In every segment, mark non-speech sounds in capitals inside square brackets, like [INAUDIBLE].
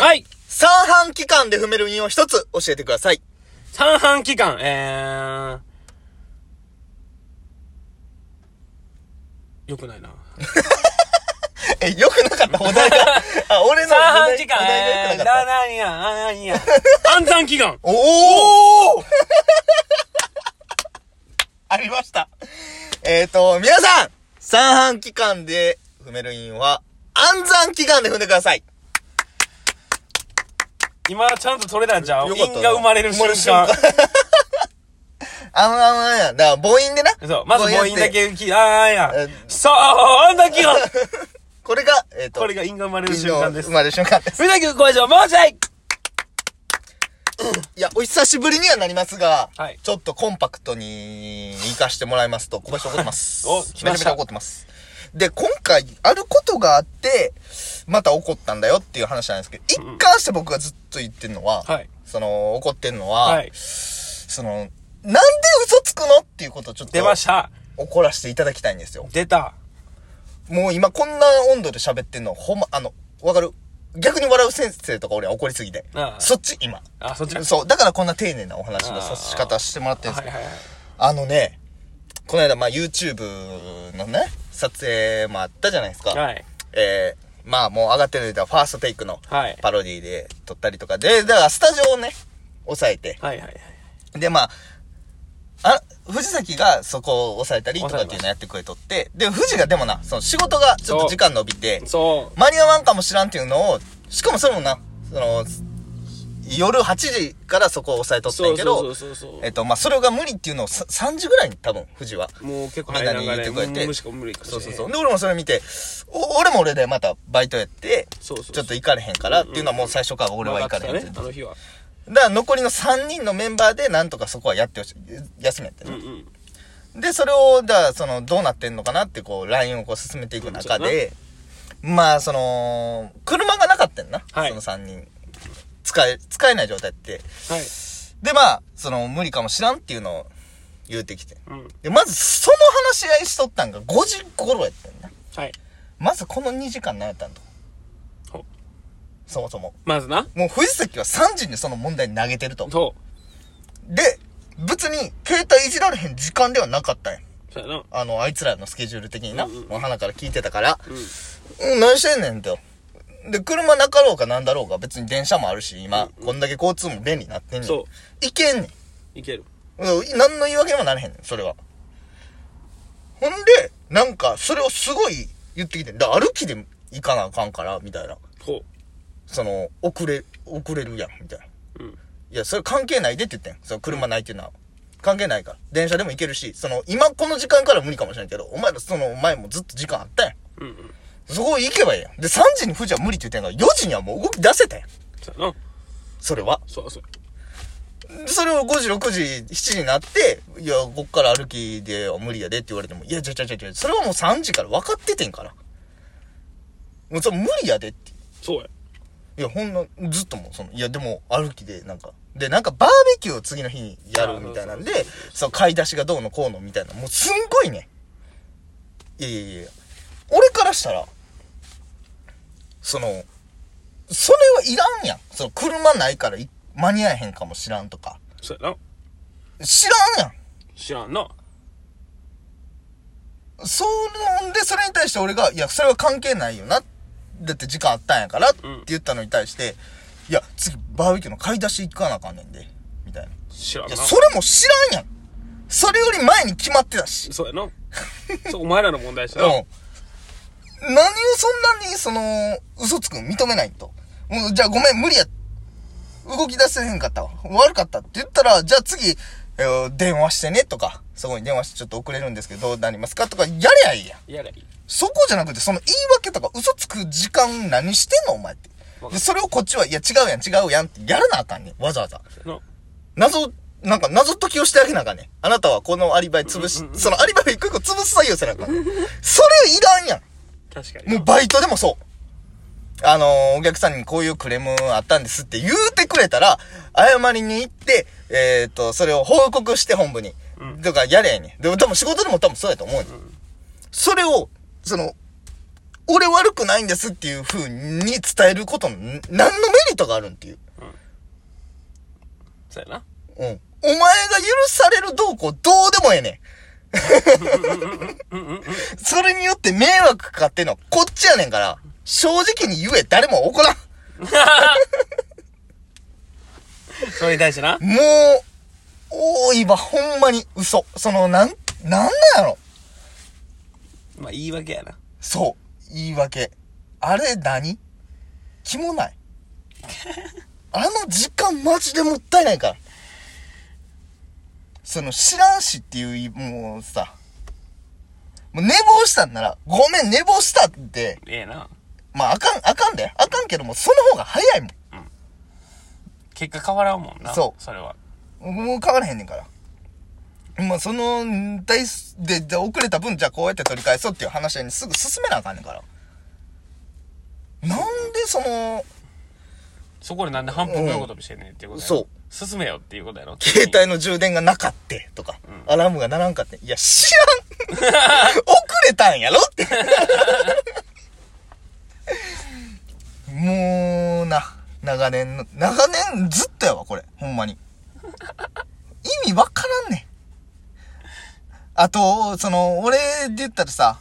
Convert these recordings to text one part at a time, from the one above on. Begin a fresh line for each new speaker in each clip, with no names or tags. はい
三半期間で踏める韻を一つ教えてくださ
[LAUGHS]
い。
三半期間、えー。よくないな。
え、よくなかったお題が。 [LAUGHS] あ、俺の
三半期間、
お
え
題
ー。
が良くなか
な、
った。
なにや、ななにや。
[LAUGHS]
暗算期間
お
[LAUGHS]
おありました。えっ、ー、と、皆さん三半期間で踏める韻は、暗算期間で踏んでください。
今ちゃんと取れたんじゃん。
よかったな
韻が生まれる瞬間。
あんあんあんや。だから、母音でな。
そう。まず母音だ
やって。
け浮き、あーや
え。
そう、暗算期間
[LAUGHS] これが、えっ、と、
これが韻が生まれる
韻
瞬
の
間です
生。まれる瞬間です。
ふざけご以上、もうちょい
いや、お久しぶりにはなりますが、
はい
ちょっとコンパクトに行かしてもらいますと、小林怒ってます。
[LAUGHS] お来まし
めち
た
ゃめちゃ怒ってます。で、今回、あることがあって、また怒ったんだよっていう話なんですけど、一貫して僕がずっと言ってるのは、
はい
その、怒ってるのは、
はい。
その、なんで嘘つくのっていうことをちょっと
出ました。
怒らせていただきたいんですよ。
出た。
もう今こんな温度で喋ってんの、ほんま、あの、わかる逆に笑う先生とか俺は怒りすぎて
あ。あ
そっち、今。
あ、そっち
[LAUGHS]
か。
そう、だからこんな丁寧なお話のさし方してもらってるんですけ
はい
ど、
はいはい。
あのね、この間、まあ、YouTube のね、撮影もあったじゃないですか。
はい。
えー、まあ、もう上がってるネタはファーストテイクの
はい
パロディで撮ったりとかで、だからスタジオをね、抑えて、
はいはいはい。
で、まあ、あ、藤崎がそこを抑えたりとかっていうのやってくれとって、で、藤がでもな、その仕事がちょっと時間伸びて、
そう。
間に合わんかもしらんっていうのを、しかもそれもな、その、夜8時からそこを抑えとって
そ
ん
う
け
そ
ど
う、そうそう
えっと、まあ、それが無理っていうのをさ3時ぐらいに多分、藤は。
もう結構
みん
早
ないに言
流
っ
れ
てくれて。
むしか無理かもし
そ
れ
う
ない
そうそう。で、俺もそれ見て、お俺も俺でまたバイトやって、
そうそうそう
ちょっと行かれへんからっていうのはもう最初から俺は行かれへんって
ねあの日は
だから残りの3人のメンバーでなんとかそこはやってほしい。休みやって
うん
ね。
うん
で、それを、だからその、どうなってんのかなってこう、ラインをこう進めていく中で、まあ、その、車がなかったんな。
はい
その3人。使え、使えない状態って。
はい
で、まあ、その、無理かもしらんっていうのを言うてきて。
うん
で、まずその話し合いしとったんが5時頃やったんな。
はい
まずこの2時間何やったんと。
ほ
そもそも。
まずな
もう藤崎は3時にその問題投げてると。
そ
で、別に携帯いじられへん時間ではなかったんや。
うそうやな
あの、あいつらのスケジュール的にな。
うんうん
もう花から聞いてたから。
うん
うん、何してんねんと。で、車なかろうかなんだろうか、別に電車もあるし、今、こんだけ交通も便利になってんねん。。
そう
いけんねん。
いける
うん何の言い訳にもなれへんねん、それは。ほんで、なんか、それをすごい言ってきてん。だから歩きで行かなあかんから、みたいな。
ほ
その、遅れ、遅れるやん、みたいな。いう
うん
や、それ関係ないでって言ってん。その車ないっていうのは。関係ないから。電車でも行けるし、その、今この時間から無理かもしれんけど、お前らその前もずっと時間あったやん。
うんうん
そこ行けばいいやん。で、3時に富士は無理って言ってんから、4時にはもう動き出せたやん。
そうやな
それは。
そうそう
でそれを5時、6時、7時になって、いや、こっから歩きでは無理やでって言われても、いや、ちゃちゃちゃちゃ、それはもう3時から分かっててんから。もうそれ無理やでって。
そうや
いや、ほんの、ずっともう、その、いや、でも、歩きで、なんか、で、なんか、バーベキューを次の日にやるみたいなんで、その、買い出しがどうのこうのみたいな、もう、すんごいね。いやいやいや俺からしたら、その、それはいらんやん。その、車ないからい間に合えへんかもしらんとか。
そうやな
知らんや。
知らんなん
そうんで、それに対して俺が、いや、それは関係ないよな。だって時間あったんやから、って言ったのに対して、いや、次、バーベキューの買い出し行かなあかんねんで、みたいな。
知らん
い
な
や、それも知らんやん。それより前に決まってたし。
そうやなそうお前らの問題し
う
た
ん。
な
何をそんなに、その、嘘つくん認めないと。もう、じゃあごめん、無理や。動き出せへんかったわ。悪かったって言ったら、じゃあ次、えー電話してねとか、そこに電話してちょっと遅れるんですけど、どうなりますかとか、やりゃいいやん。
やれいい
そこじゃなくて、その言い訳とか嘘つく時間何してんのお前って。で、それをこっちは、いや、違うやん、違うやんってやらなあかんねん。わざわざ。
な
謎、なんか謎解きをしてあげなあかんねん。あなたはこのアリバイ潰し、そのアリバイを一個一個潰す作業せなあかんねん。それいらんや
確か
ん。
に
もうバイトでもそう。あのーお客さんにこういうクレームあったんですって言うてくれたら、謝りに行って、えっ、と、それを報告して本部に。とか、やれやねん。でも多分仕事でも多分そうやと思うねん。それを、その、俺悪くないんですっていう風に伝えることの、ん何のメリットがあるんっていう。
そうやな。
うん。お前が許されるどうこうどうでもええねん。それによって迷惑かかってんのはこっちやねんから、正直に言え、誰も怒らん。
それに対してな。
もう、多いわ、ほんまに嘘。その、なん、なんなんやろ。
まあ、言い訳やな。
そう。言い訳。あれ何気もない。あの時間マジでもったいないから。その知らんしっていうい、もうさ。もう寝坊したんなら、ごめん寝坊したって、
ええな。
まああかん、あかんで。あかんけども、その方が早いもん。
結果変わらんもんな。
そう
それは。
もう変わらへんねんから。まあ、その、ん大す、で、で遅れた分、じゃあこうやって取り返そうっていう話にすぐ進めなあかんねんから。なんでその、
そこでなんで反復横跳びしてんねんっていうことやろ
そう。
進めよっていうことやろ。
携帯の充電がなかって、とか、アラームが鳴らんかって。いや、知らん [LAUGHS] 遅れたんやろって。 [LAUGHS] もうな、長年の、長年ずっとやわ、これ。ほんまに。意味わからんねん。あと、その、俺で言ったらさ、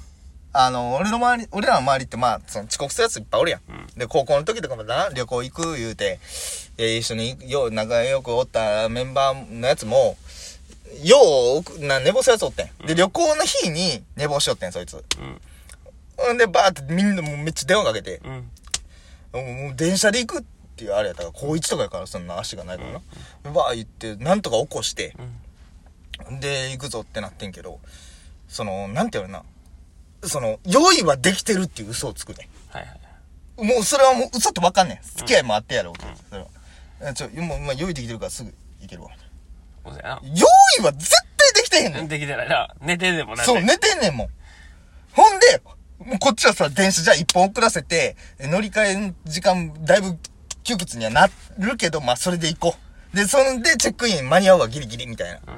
あの、俺の周り、俺らの周りって、まあ、その遅刻するやついっぱいおるやん。で、高校の時とかもな、旅行行く言うて、えー一緒に、よう、仲良くおったメンバーのやつも、ようおく、な、寝坊するやつおってん。で、旅行の日に寝坊しよってん、そいつ。
うん。
ほんで、バーってみんなもうめっちゃ電話かけて、
うん。
もうもう電車で行くっていうあれやったから、高1とかやから、そんな足がないからな。バー行って、なんとか起こして、
うん。
で、行くぞってなってんけど、その、なんて言うのかな。その、用意はできてるっていう嘘をつくね
はいはい。
ん。もうそれはもう嘘ってわかんねん。付き合いもあってやろうけど、それは。えちょ、もう、まあ、用意できてるからすぐ行けるわ。
そうや
用意は絶対できてへんね
な。
ん。
できてないな。寝てでもない。
そう、。寝てんねんもん。ほんで、もうこっちはさ、電車じゃあ一本遅らせて、乗り換えの時間、だいぶ窮屈にはなるけど、まあ、それで行こう。で、そんで、チェックイン間に合うわ、ギリギリ、みたいな。
うん
っ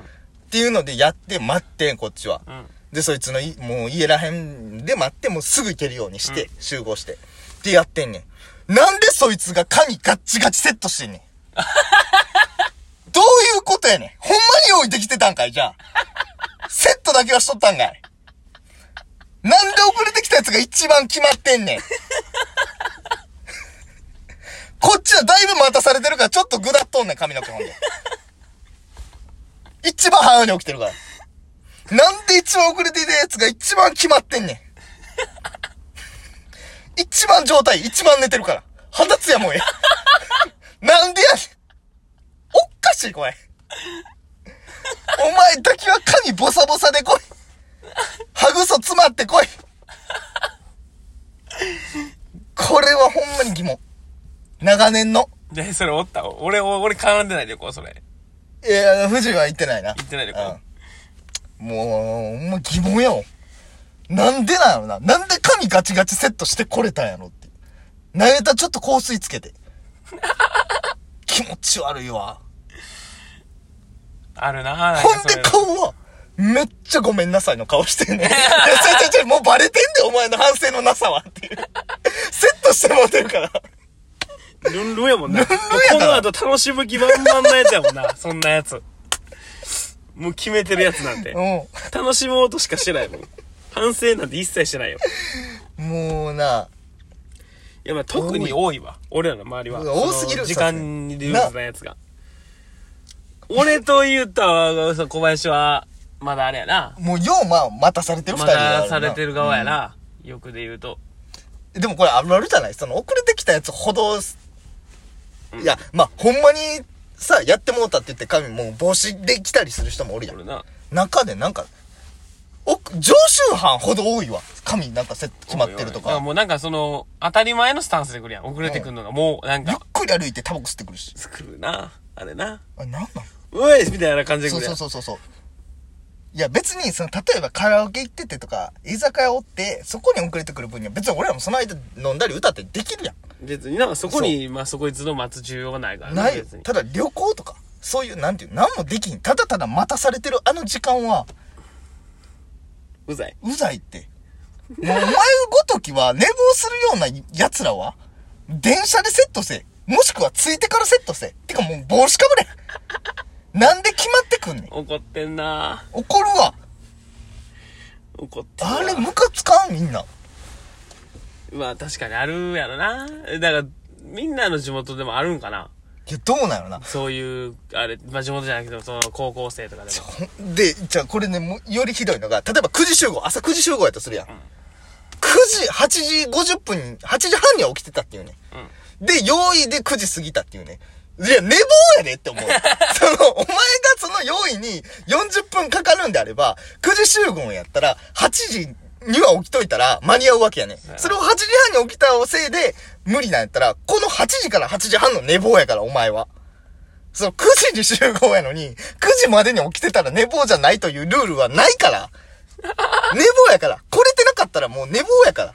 ていうので、やって、待ってん、こっちは。
うん。
で、そいつのい、もう家らへんで待って、もうすぐ行けるようにして、集合して。ってやってんねん。なんでそいつが髪ガッチガチセットしてんね
[LAUGHS]
ん。どういうことやねん。ほんまに用意できてたんかい、じゃあ。セットだけはしとったんかい。なんで遅れてきたやつが一番決まってんねん。
[LAUGHS]
こっちはだいぶ待たされてるから、ちょっとぐだっとんねん、髪の毛ほんで。一番早うに起きてるから。なんで一番遅れていたやつが一番決まってんねん。一番状態、一番寝てるから。肌つやもうええ。なんでやねん。おっかしい、これ。お前だけは髪ボサボサで来い。歯ぐそ詰まって来い。これはほんまに疑問。長年の。
で、それおった俺、俺絡んでないでこう、それ。
いや、富士は行ってないな。
行ってないでこう。
うんもう、ほんま疑問やもん。なんでなんやろな。なんで髪ガチガチセットしてこれたんやろって。なえたちょっと香水つけて。 [LAUGHS] 気持ち悪いわ。
あるななんか
ほん
そういう
で
の
顔は、めっちゃごめんなさいの顔してん
[LAUGHS]
ね。いや、ちょいちょいちょい、もうバレてんで、お前の反省のなさは
[LAUGHS]
っていう。セットしてもらってるから。
ルンルンやもんな。
ルンやな
この後楽しむ気満々なやつやもんな。そんなやつ。もう決めてるやつなんて。
うん。
楽しもうとしかしてないもん。反省なんて一切してないよ。
もうな、
いや、まあ特に多いわ。俺らの周りは。
うわ多すぎる
その時間にルーズなやつが。俺とゆうたは、そう小林は、まだあれやな。
もうようまあ、待たされてる二
ま
人やからな
だされてる側やな。欲で言うと。
でもこれあるあるじゃないその遅れてきたやつほど、いや、まあ、ほんまに、さ、やってもうたって言って髪もう帽子で来たりする人もおるやん
俺。な。
中でなんか、お常習犯ほど多いわ。髪なんかセット決まってると
おいおい
か。
もうなんかその、当たり前のスタンスで来るやん。遅れてくるのが、もうなん
ゆっ
か、
くり歩いてタバコ吸ってくるし。
作るな。あれな。
あ、なんなん
うえいみたいな感じで来
そう
るや
そ
ん
う。そうそうそう。いや別に、その、例えばカラオケ行っててとか、居酒屋おって、そこに遅れてくる分には別に俺らもその間飲んだり歌ってできるやん。
別にな、そこに、まあ、そこいつの待つ重要はないからね
ないよ
別に。
ただ旅行とか、そういう、なんていう、何もできひん。ただただ待たされてるあの時間は、
うざい。
うざいって。もうお前ごときは寝坊するような奴らは、電車でセットせ。もしくはついてからセットせ。てかもう帽子かぶれ。なんで決まってくんねん。
怒ってんな
怒るわ。
怒ってんな
あれムカつかんみんな。
まあ確かにあるやろなだからみんなの地元でもあるんかない
や、どうなのな。
そういうあれまあ地元じゃなくてもその高校生とかでも
ほんで、じゃあこれね、もうよりひどいのが、例えば9時集合、朝9時集合やとするやん。9時、8時50分に、8時半には起きてたっていうね。で、用意で9時過ぎたっていうね。いや、寝坊やでって [LAUGHS] 思う。その、お前がその用意に40分かかるんであれば、9時集合やったら、8時には起きといたら間に合うわけやねん。それを8時半に起きたせいで、無理なんやったら、この8時から8時半の寝坊やから、お前は。そう、9時に集合やのに、9時までに起きてたら寝坊じゃないというルールはないから。寝坊やから。これてなかったらもう寝坊やから。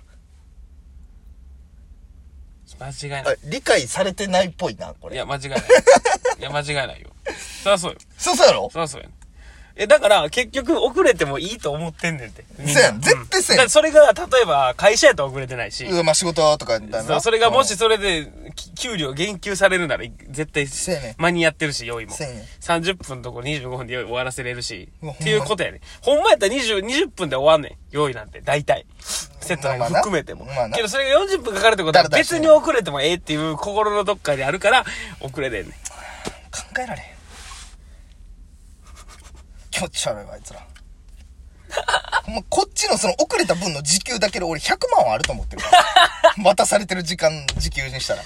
間違いな
あ
い
理解されてないっぽいな、こ
い
れ。
や、間違いない。いや、間違いないよ。そりゃそうよ。
そうそうやろ
そりゃそうやん。え、だから、結局、遅れてもいいと思ってんねんて。みん
そ
な
うやん絶対そうやん
だからそれが、例えば、会社やったら遅れてないし、
うん、まあ仕事とかだ
そ
な。
うそれがも
う
し
ん、
それで、き給料減給されるなら、い絶対
そうやねん、
間に合ってるし、用意も。
そうやねん
30分のとこ25分で用意終わらせれるし
うわ、
っていうことやねん。ほんまやったら20、20分で終わんねん。用意なんて、大体。セットなんか含めても。
まあなまあな
けど、それが40分かかるってことは、
だらだらして
別に遅れてもええっていう心のどっかであるから、遅れてんねん。
考えられへん。気持ち悪いわ、あいつら。ほんまこっちのその遅れた分の時給だけで俺100万はあると思ってる
[LAUGHS]
から。渡されてる時間、時給にしたら。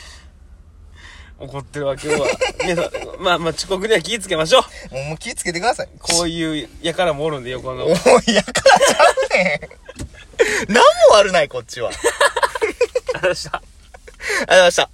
怒ってるわけは皆さんまあまあ遅刻には気ぃつけましょう
もうもう気ぃつけてください。
こういうやからもおるんで横 [LAUGHS] の
おい、やからちゃうねん。何も悪ない、こっちは。ありがとう
話した
ございました。